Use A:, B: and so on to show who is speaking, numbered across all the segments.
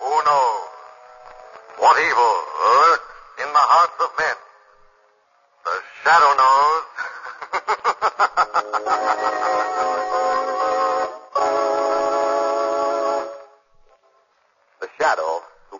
A: Who knows what evil lurks in the hearts of men? The shadow knows. the shadow, who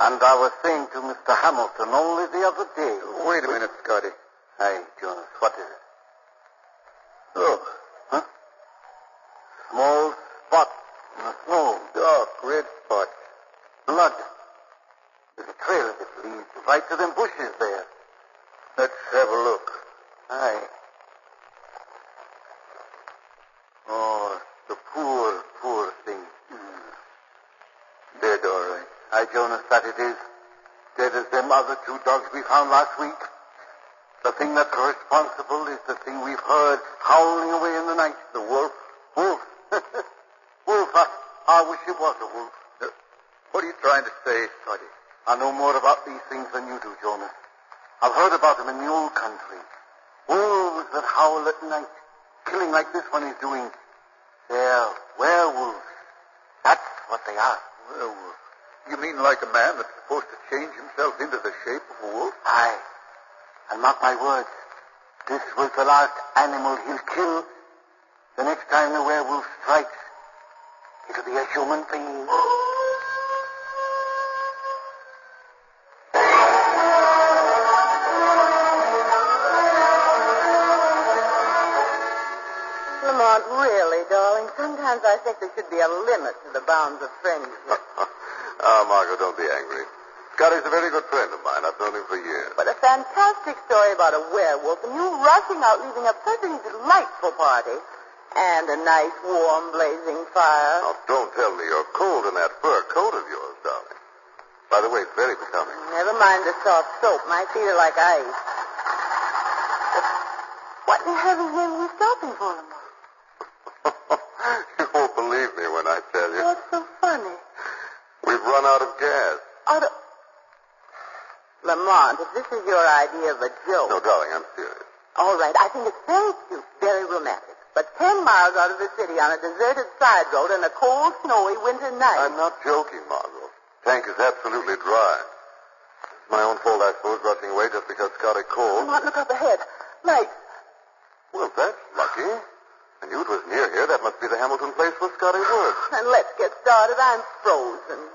A: And I was saying to Mr. Hamilton only the other day. Wait a minute, Scotty. Hi, Jonas. What is it? Oh. Huh? Small spots in the snow. Dark red spots. Blood. There's a trail that leads right to them bushes there. Let's have a look. Aye. Oh, the poor, poor thing. Dead, all right. Aye, Jonas, that it is. Dead as them other two dogs we found last week. The thing that's responsible is the thing we've heard howling away in the night. The wolf. Wolf. wolf. I, I wish it was a wolf. what are you trying to say, Scotty? I know more about these things than you do, Jonas. I've heard about them in the old country. Wolves that howl at night, killing like this one is doing. They're werewolves. That's what they are. Werewolf. You mean like a man that's supposed to change himself into the shape of a wolf? Aye. And mark my words, this was the last animal he'll kill. The next time the werewolf strikes, it'll be a human being.
B: Lamont, really, darling, sometimes I think there should be a limit to the bounds of friendship.
A: Ah, Margot, don't be angry. Scotty's a very good friend of mine. I've known him for years.
B: But a fantastic story about a werewolf and you rushing out leaving a perfectly delightful party and uh, a nice warm blazing fire.
A: Now, don't tell me you're cold in that fur coat of yours, darling. By the way, it's very becoming.
B: Never mind the soft soap. My feet are like ice. What in heaven's name are you stopping for, Lamont?
A: you won't believe me when I tell you.
B: What's so funny?
A: We've run out of gas.
B: Out of... Lamont, if this is your idea of a joke...
A: No, darling, I'm serious.
B: All right, I think it's very cute, very romantic. But ten miles out of the city on a deserted side road on a cold, snowy winter night.
A: I'm not joking, Margot. Tank is absolutely dry. It's my own fault, I suppose, rushing away just because Scotty called.
B: Lamont, look up ahead. Lights.
A: Well, that's lucky. I knew it was near here. That must be the Hamilton place where Scotty works.
B: And let's get started. I'm frozen.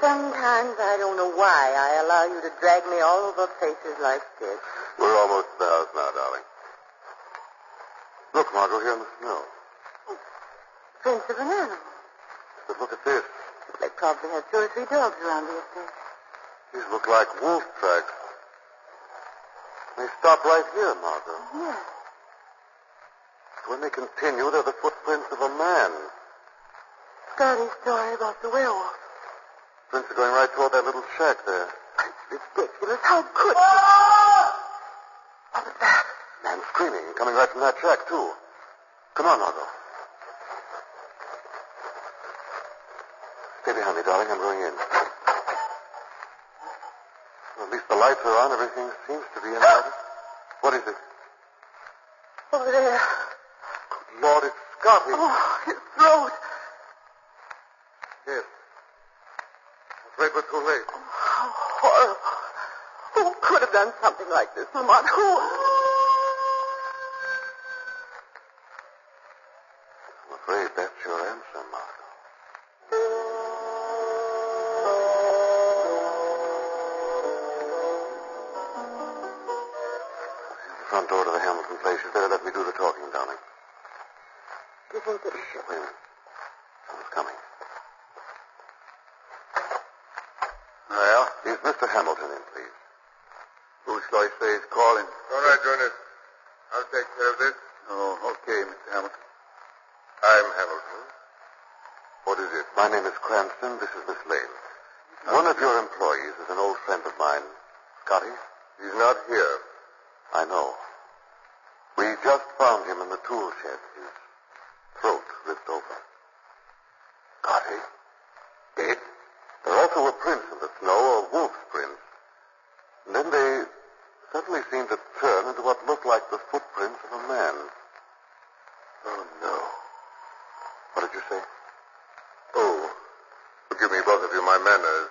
B: Sometimes I don't know why I allow you to drag me all over places like this.
A: We're almost to the house now, darling. Look, Margot, here in the snow.
B: Prince of an Oh, animal.
A: But look at this.
B: They probably have two or three dogs around the estate.
A: These look like wolf tracks. They stop right here, Margot.
B: Yes.
A: When they continue, they're the footprints of a man.
B: Scotty's story about the werewolf.
A: Prints are going right toward that little shack there.
B: It's ridiculous. How could he? What was that?
A: Man screaming, coming right from that shack, too. Come on, Margot. Stay behind me, darling. I'm going in. Well, at least the lights are on. Everything seems to be in order. What is it?
B: Over there.
A: Good Lord, it's Scotty.
B: Oh, his throat.
A: Yes. That's late but too late.
B: Oh, How horrible. Who could have done something like this, Lamont? Who?
A: I'm afraid that's your answer, Margot. The front door to the Hamilton place. You better let me do the talking, darling.
B: Do you think that...
A: Wait a minute. Someone's coming. Well? Is Mr. Hamilton in, please? Who shall I say is calling? All right, Ernest. I'll take care of this. Oh, okay, Mr. Hamilton. I'm Hamilton. What is it? My name is Cranston. This is Miss Lane. One of your employees is an old friend of mine, Scotty. He's not here. I know. We just found him in the tool shed. His throat ripped open. Scotty? Dead? There also were prints in the snow, or wolf's prints. And then they suddenly seemed to turn into what looked like the footprints of a man. Oh, no. What did you say? Oh, forgive me, both of you, my manners.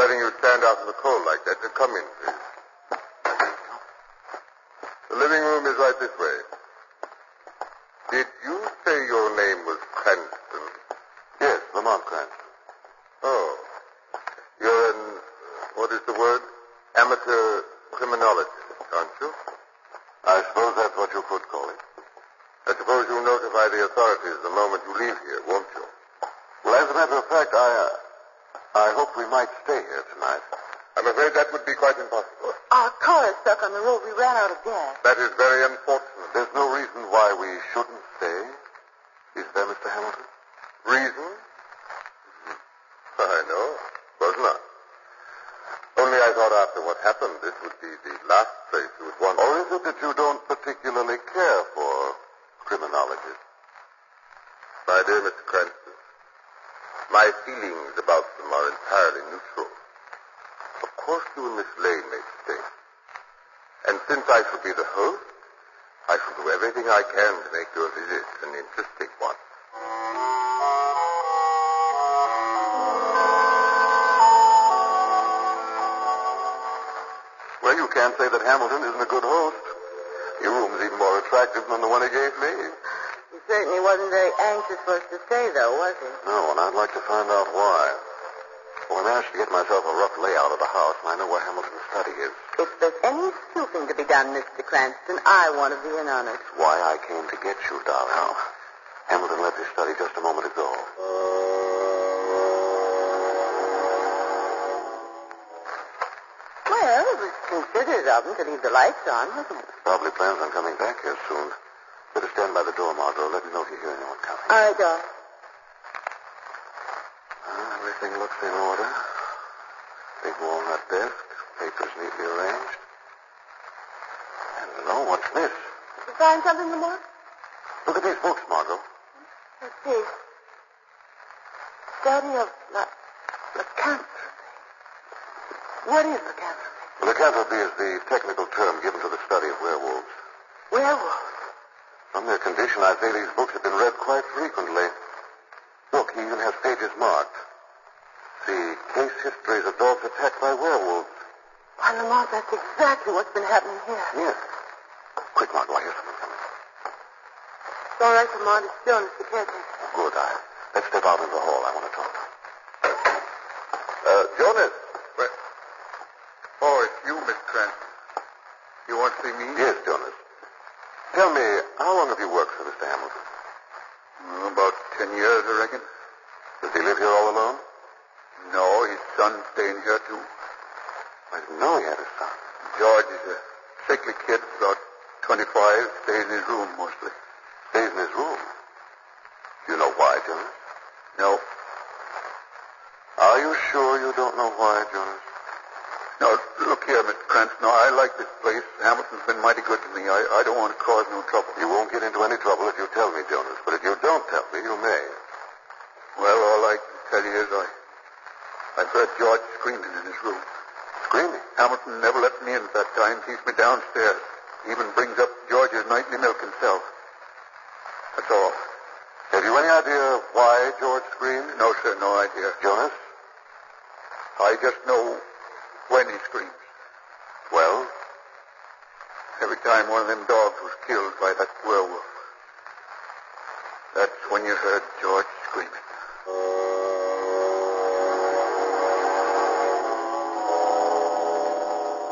A: Letting you stand out in the cold like that. Now, come in, please. The living room is right this way. Did you say your name was Cranston? Yes, Lamont Cranston. Oh. You're an, uh, what is the word? Amateur criminologist, aren't you? I suppose that's what you could call it. I suppose you'll notify the authorities the moment you leave here, won't you? Well, as a matter of fact, I, uh, I hope we might stay here tonight. I'm afraid that would be quite impossible.
B: Our car is stuck on the road. We ran out of gas.
A: That is very unfortunate. There's no reason why we shouldn't stay. Is there, Mr. Hamilton? Reason? I know. Was not. Only I thought after what happened, this would be the last place you would want. Or is it that you don't particularly care for criminologists? My dear Mr. Cranston, my feelings about them are entirely neutral. Of course you and Miss Lane made mistakes. And since I shall be the host, I shall do everything I can to make your visit an interesting one. Well, you can't say that Hamilton isn't a good host. Your room's even more attractive than the one he gave me.
B: He certainly wasn't very anxious for us to stay, though, was he?
A: No, and I'd like to find out why. Well, I managed to get myself a rough layout of the house, and I know where Hamilton's study is.
B: If there's any snooping to be done, Mr. Cranston, I want to be in on it.
A: That's why I came to get you, darling. Hamilton left his study just a moment ago.
B: Well, it was considerate of him to leave the lights on, wasn't it?
A: Probably plans on coming back here soon. Better stand by the door, Margot. Let me know if you hear anyone coming.
B: All right, Doc.
A: Uh, everything looks in order. Big walnut desk, papers neatly arranged. Hello, what's this?
B: Did you find something, Lamont?
A: Look at these books, Margot.
B: Let's see. Study of la- lycanthropy. What is lycanthropy?
A: Lycanthropy is the technical term given to the study of werewolves.
B: Werewolves.
A: From their condition, I say these books have been read quite frequently. Look, he even has pages marked. See, case histories of dogs attacked by werewolves.
B: Why, Lamont, that's exactly what's been happening here.
A: Yes. Quick, Margot, I hear someone coming.
B: It's all right, Lamont. It's Jonas, the caretaker.
A: Good. I, let's step out in the hall. I want to talk to him. Uh, Jonas. Oh, it's you, Miss Cranston. You want to see me? Yes, Jonas. Tell me, how long have you worked for Mr. Hamilton? Mm, about ten years, I reckon. Does he live here all alone? No, his son's staying here, too. I didn't know he had a son. George is a sickly kid, about 25, stays in his room mostly. Stays in his room? Do you know why, Jonas? No. Are you sure you don't know why, Jonas? No, look here, Mr. Cranston. No, I like this place. Hamilton's been mighty good to me. I, I don't want to cause no trouble. You won't get into any trouble if you tell me, Jonas. But if you don't tell me, you may. Well, all I can tell you is I, I've heard George screaming in his room. Screaming? Hamilton never lets me in at that time. Keeps me downstairs. Even brings up George's nightly milk himself. That's all. Have you any idea why George screamed? No, sir, no idea. Jonas, I just know when he screams. Well, every time one of them dogs was killed by that werewolf, that's when you heard George screaming.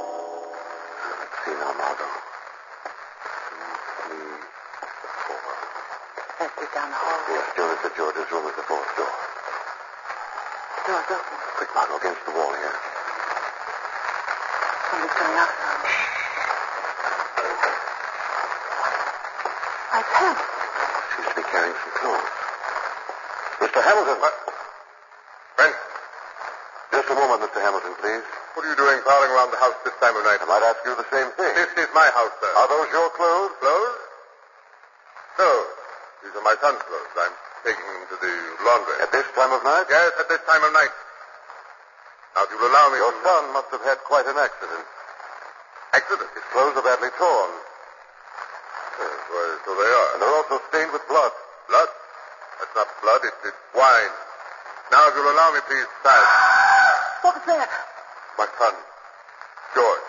A: Let's see now, Margot. Two, three, four.
B: Let's get down the hall.
A: Yes, Jonas said George's room is the fourth door.
B: Door's open.
A: Quick, Margot, against the wall here.
B: Somebody's coming out. My pants.
A: Seems to be carrying some clothes. Mr. Hamilton. What? Brent. Just a moment, Mr. Hamilton, please. What are you doing prowling around the house this time of night? I might ask you the same thing. This is my house, sir. Are those your clothes? Clothes? No. These are my son's clothes. I'm taking them to the laundry. At this time of night? Yes, at this time of night. Now, if you'll allow me... Your son must have had quite an accident. Accident? His clothes are badly torn. Yes, well, so they are. And they're also stained with blood. Blood? That's not blood, it's, it's wine. Now, if you'll allow me, please, silence.
B: What was that?
A: My son, George.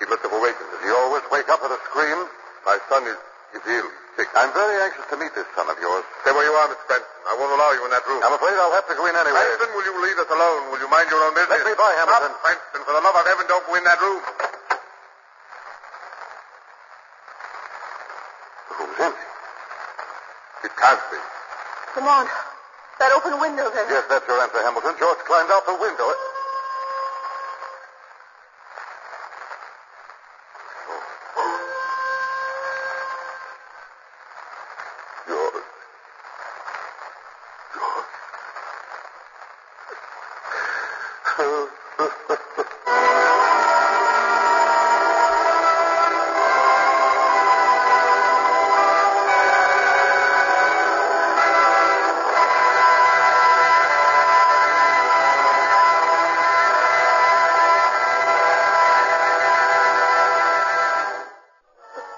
A: He must have awakened. Does he always wake up with a scream? My son is, is ill, sick. I'm very anxious to meet this son of yours. Stay where you are, Miss Benson. I won't allow you in that room. I'm afraid I'll have to go in anyway. Benson, will you leave us alone? Will you mind your own business? Let me by, Hamilton. Stop, Benson. For the love of heaven, don't go in that room. The room's empty. It can't be.
B: Come on. That open window there.
A: Yes, that's your answer, Hamilton. George climbed out the window. George. George.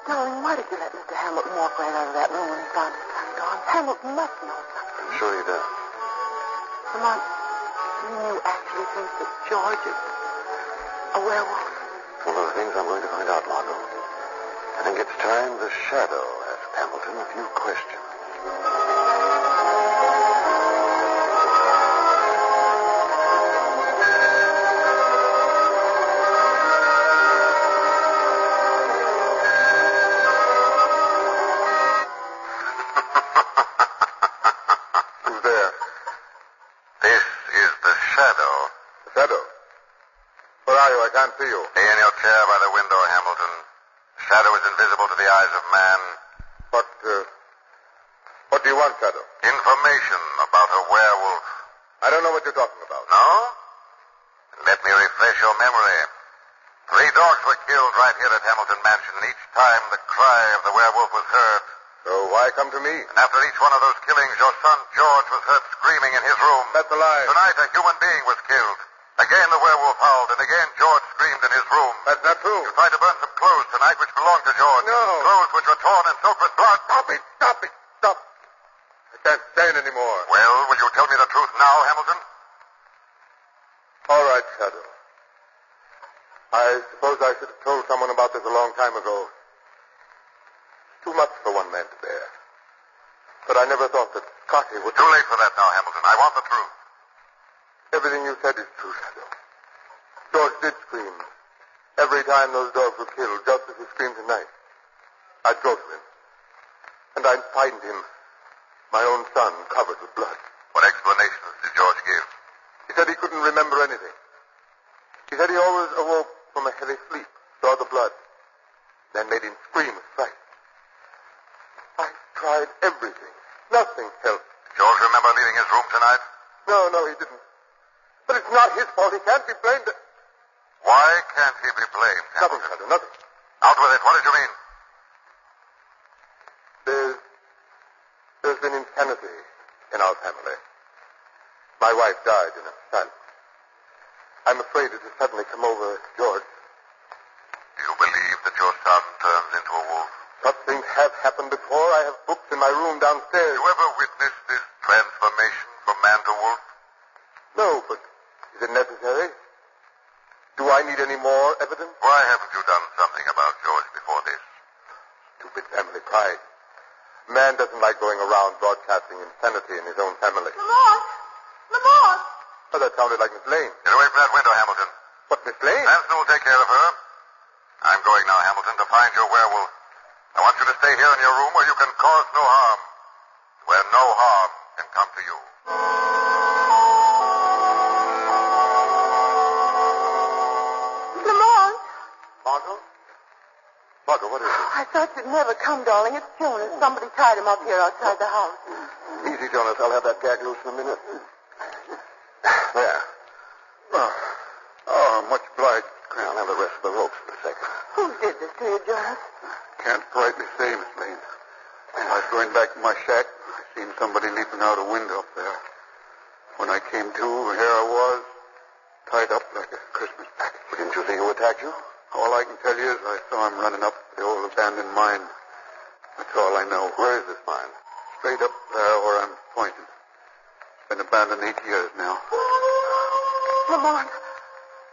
B: Darling, why did you let Mr. Hamilton walk right out of that room when he found his son gone? Hamilton must know something.
A: I'm sure he does.
B: Lamont, do you actually think that George is a werewolf?
A: It's one of the things I'm going to find out, Margot. I think it's time the shadow asked Hamilton a few questions. Who's there? This is the shadow. The shadow? Where are you? I can't see you. Stay in your chair by the window, Hamilton. The shadow is invisible to the eyes of man. But, uh, what do you want, Shadow? Information about a werewolf. I don't know what you're talking about. No? Let me refresh your memory. Three dogs were killed right here at Hamilton Mansion, and each time the cry of the werewolf was heard. So why come to me? And after each one of those killings, your son George was heard screaming in his room. That's a lie. Tonight, a human being was killed. Again, the werewolf howled, and again, George screamed in his room. That's not true. You tried to burn some clothes tonight which belonged to George. No. Clothes which were torn and soaked with blood. Stop it! Stop it! Stop! I can't stand anymore. Well, will you tell me the truth now, Hamilton? All right, Shadow. I suppose I should have told someone about this a long time ago. Too much for one man to bear. But I never thought that Cotty would. Too late for that now, Hamilton. I want the truth. Everything you said is true, Shadow. George did scream. Every time those dogs were killed, just as he screamed tonight. I'd go to him. And I'd find him, my own son, covered with blood. What explanations did George give? He said he couldn't remember anything. He said he always awoke from a heavy sleep, saw the blood, then made him scream with fright. I tried everything. Nothing helped. George remember leaving his room tonight? No, no, he didn't. But it's not his fault. He can't be blamed. Why can't he be blamed? Nothing, Shadow, nothing. Out with it. What did you mean? There's, there's been insanity in our family. My wife died in asylum. I'm afraid it has suddenly come over George. Do you believe that your son turns into a wolf? Such things have happened before. I have books in my room downstairs. You ever witnessed this transformation from man to wolf? No, but is it necessary.
C: Do I need any more evidence?
D: Why haven't you done something about George before this?
C: Stupid family pride. Man doesn't like going around broadcasting insanity in his own family.
B: Lamont! Lamont!
C: Oh, that sounded like Miss Lane.
D: Get away from that window, Hamilton.
C: But Miss Lane?
D: Anson will take care of her. I'm going now, Hamilton, to find your werewolf. I want you to stay here in your room where you can cause no harm. Where no harm can come to you.
B: Lamont!
C: Margot? Margot, what is it?
B: I thought you'd never come, darling. It's Jonas. Somebody tied him up here outside the house.
C: Easy, Jonas. I'll have that gag loose in a minute. There. Oh, oh much obliged. I'll have the rest of the ropes in a second.
B: Who did this to you, Jonas?
A: Can't rightly say, Miss Lane. When I was going back to my shack, I seen somebody leaping out a window up there. When I came to, here I was, tied up like a Christmas package.
C: Didn't you think who attacked you?
A: All I can tell you is I saw him running up the old abandoned mine. That's all I know.
C: Where is this mine?
A: Straight up there where I'm pointing. Been abandoned eight years now.
B: Lamont!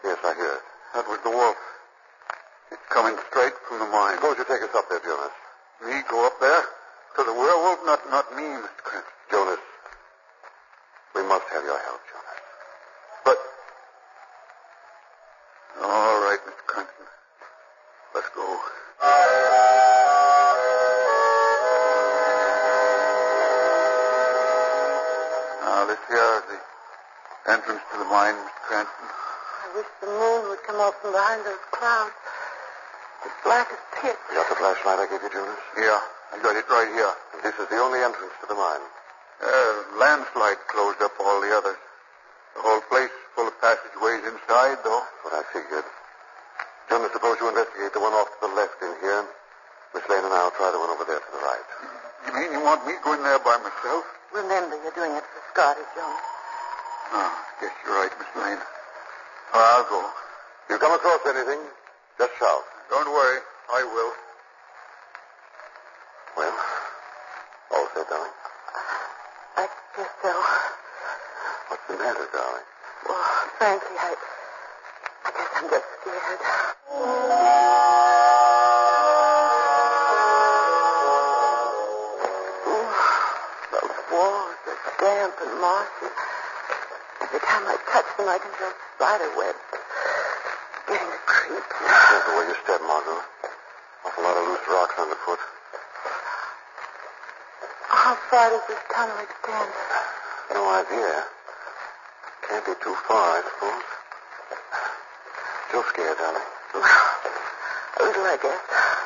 C: Yes, I hear it.
A: That was the wolf. It's coming straight from the mine.
C: Suppose you take us up there, Jonas.
A: Me go up there? To the werewolf? Not not me, Mr. Cranston.
C: Jonas, we must have your help, Jonas. But
A: All right, Mr. Cranston. Let's go. Now, this here is the entrance to the mine, Mr. Cranston.
B: I wish the moon would come out from behind those clouds. It's black as pitch.
C: you got the flashlight I gave you, Jonas?
A: Yeah, I got it right here.
C: And this is the only entrance to the mine.
A: Uh, landslide closed up all the others. The whole place full of passageways inside, though.
C: What I figured. Jonas, suppose you investigate the one off to the left in here. Miss Lane and I will try the one over there to the right.
A: You mean you want me going there by myself?
B: Remember, you're doing it for Scotty, Jonas.
A: Oh, I guess you're right, Miss Lane. Well, I'll go.
C: You come across anything, just shout.
A: Don't worry. I will.
C: Well, all set, darling.
B: I guess so.
C: What's the matter, darling?
B: Well, frankly, I, I guess I'm just scared. Ooh, the walls are damp and mossy. Every time I touch them, I can feel spider webs. Getting the creeps.
C: Careful where you step, Margot. Awful lot of loose rocks underfoot.
B: How far does this tunnel extend?
C: No idea. Can't be too far, I suppose. Still scared, darling.
B: A little, I guess.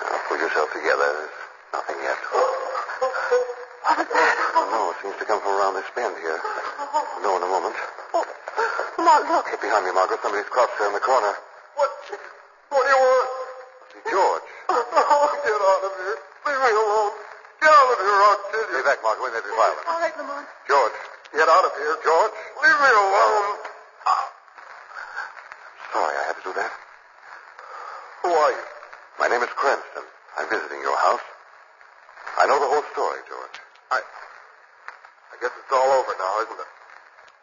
C: Now, pull yourself together. There's nothing yet.
B: What was that?
C: Oh, no, it seems to come from around this bend here. I'll know in a moment.
B: Oh, Mark, look.
C: Get behind me, Margot. Somebody's crouched there in the corner.
A: What? What do you want?
C: See, George.
A: Oh, get out of here. Leave me alone. Get out of here, I'll kill you.
C: Stay back, Margot. We may be violent.
B: All right, Lamont.
C: George, get out of here. George.
A: Leave me alone.
C: Ah. Sorry I had to do that.
A: Who are you?
C: My name is Cranston. I'm visiting your house. I know the whole story, George.
A: I. I guess it's all over now, isn't it?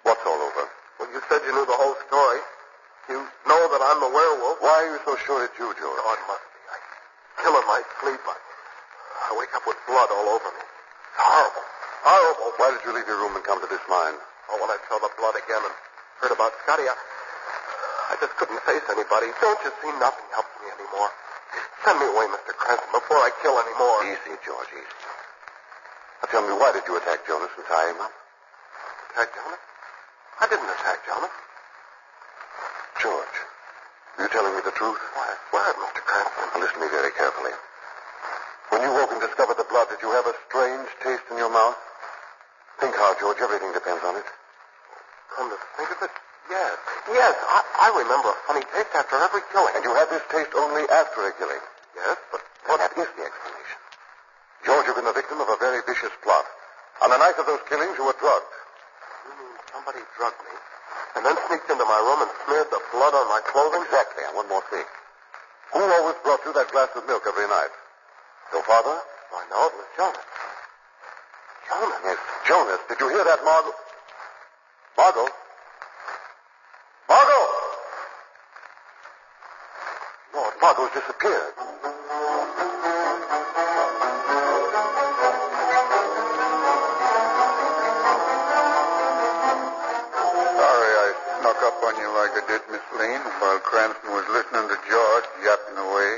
C: What's all over?
A: Well, you said you knew the whole story. You know that I'm the werewolf.
C: Why are you so sure it's you, George?
A: Oh, it must be. I kill in my sleep. I, I wake up with blood all over me. It's horrible. Horrible.
C: Why did you leave your room and come to this mine?
A: Oh, when I saw the blood again and heard about Scotty, I, I just couldn't face anybody. Don't you see? Nothing helps me anymore. Send me away, Mr. Cranston, before I kill any more.
C: Easy, George, easy. Now tell me, why did you attack Jonas and tie him up?
A: Attack Jonas? I didn't attack Jonas.
C: George, are you telling me the truth?
A: Why, I swear it, Mr. Cranston.
C: Now listen to me very carefully. When you woke and discovered the blood, did you have a strange taste in your mouth? Think hard, George. Everything depends on it.
A: Come to think of it, yes. Yes, I, I remember a funny taste after every killing.
C: And you had this taste only after a killing.
A: Yes, but
C: Well, that is the explanation. George, you've been the victim of a very vicious plot. On the night of those killings, you were drugged.
A: you mean somebody drugged me and then sneaked into my room and smeared the blood on my clothing?
C: Exactly. And one more thing. Who always brought you that glass of milk every night? Your father?
A: I know it was Jonas.
C: Jonas. Yes, Jonas. Did you hear that, Margot? Margot? Margot?
E: bottle's disappeared.
A: Sorry I snuck up on you like I did, Miss Lane, while Cranston was listening to George yapping away.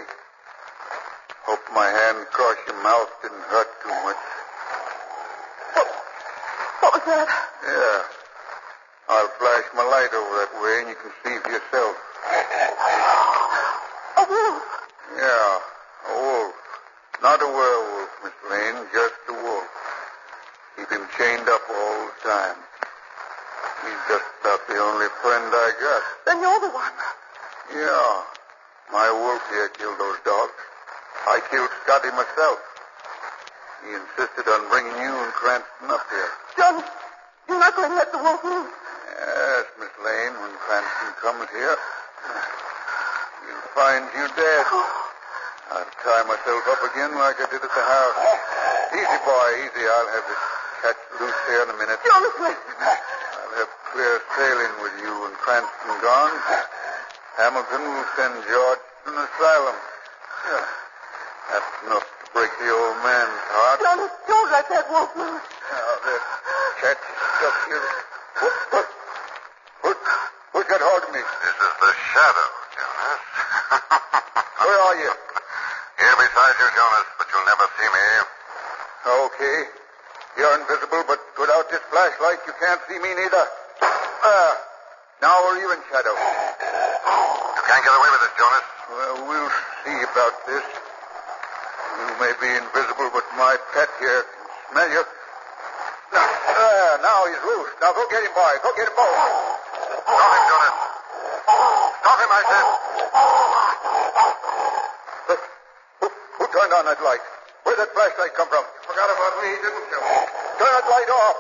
A: Hope my hand across your mouth didn't hurt too much.
B: What was that?
A: Yeah. I'll flash my light over that way and you can see for yourself.
B: A wolf.
A: Yeah, a wolf. Not a werewolf, Miss Lane, just a wolf. Keep him chained up all the time. He's just about the only friend I got.
B: Then you're the one.
A: Yeah. My wolf here killed those dogs. I killed Scotty myself. He insisted on bringing you and Cranston up here.
B: John, you're not going to let the wolf loose.
A: Yes, Miss Lane, when Cranston comes here, he'll find you dead. I'll tie myself up again like I did at the house. Easy, boy, easy. I'll have this catch loose here in a minute.
B: Jonas, listen.
A: I'll have clear sailing with you and Cranston gone. Hamilton will send George to an asylum. Yeah. That's enough to break the old man's heart.
B: Jonas, don't let that wolf loose.
A: Now, that cat stuck here. Look, look, look, look at hold of me.
E: This is the shadow, Jonas.
A: Where are you?
E: Here beside you, Jonas, but you'll never see me.
A: Okay. You're invisible, but without this flashlight, you can't see me neither. Ah, now we're even, Shadow.
E: You can't get away with it, Jonas.
A: Well, we'll see about this. You may be invisible, but my pet here can smell you. Now, ah, now he's loose. Now go get him, boy. Go get him, boy.
E: Stop him, Jonas. Stop him, I said.
A: Who turned on that light? Where'd that flashlight come from?
E: Forgot about me, didn't you?
A: Turn that light off.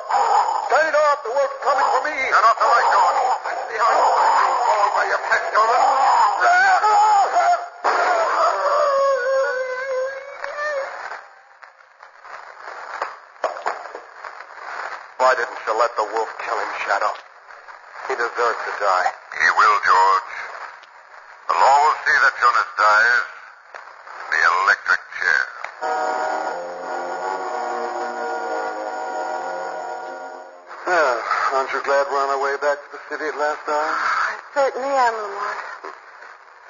A: Turn it off. The wolf's coming for me.
E: Turn off the light, Jonas. Let's see how you fall by your pet, Jonas.
A: Why didn't you let the wolf kill him, Shadow? He deserved to die.
E: He will, George. The law will see that Jonas dies in the electric chair.
A: Yeah, aren't you glad we're on our way back to the city at last hour?
B: I certainly am, Lamont.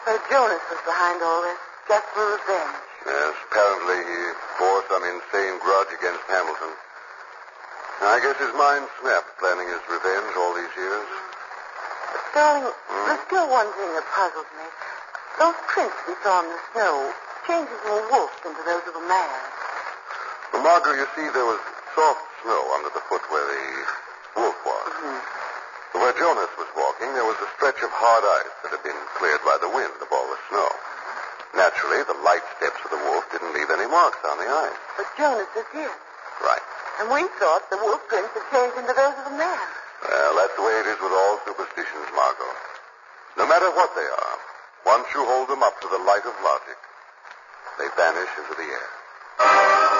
B: But Jonas was behind all this, just for revenge.
E: Yes, apparently he bore some insane grudge against Hamilton. I guess his mind snapped planning his revenge all these years.
B: But, darling, there's still one thing that puzzles me. Those prints we saw in the snow, changes in a wolf into those of a man.
E: Well, Margot, you see, there was soft snow under the foot where the wolf was. But Where Jonas was walking, there was a stretch of hard ice that had been cleared by the wind of all the snow. Naturally, the light steps of the wolf didn't leave any marks on the ice.
B: But Jonas is here.
E: Right.
B: And we thought the wolf prints had changed into those of a man.
E: Well, that's the way it is with all superstitions, Margot. No matter what they are, once you hold them up to the light of logic, they vanish into the air.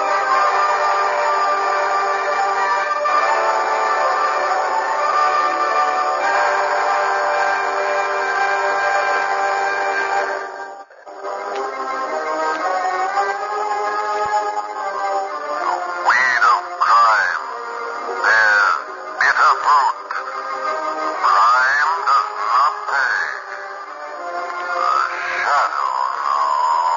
E: Weed of crime. Their bitter fruit. Crime does not pay. The shadow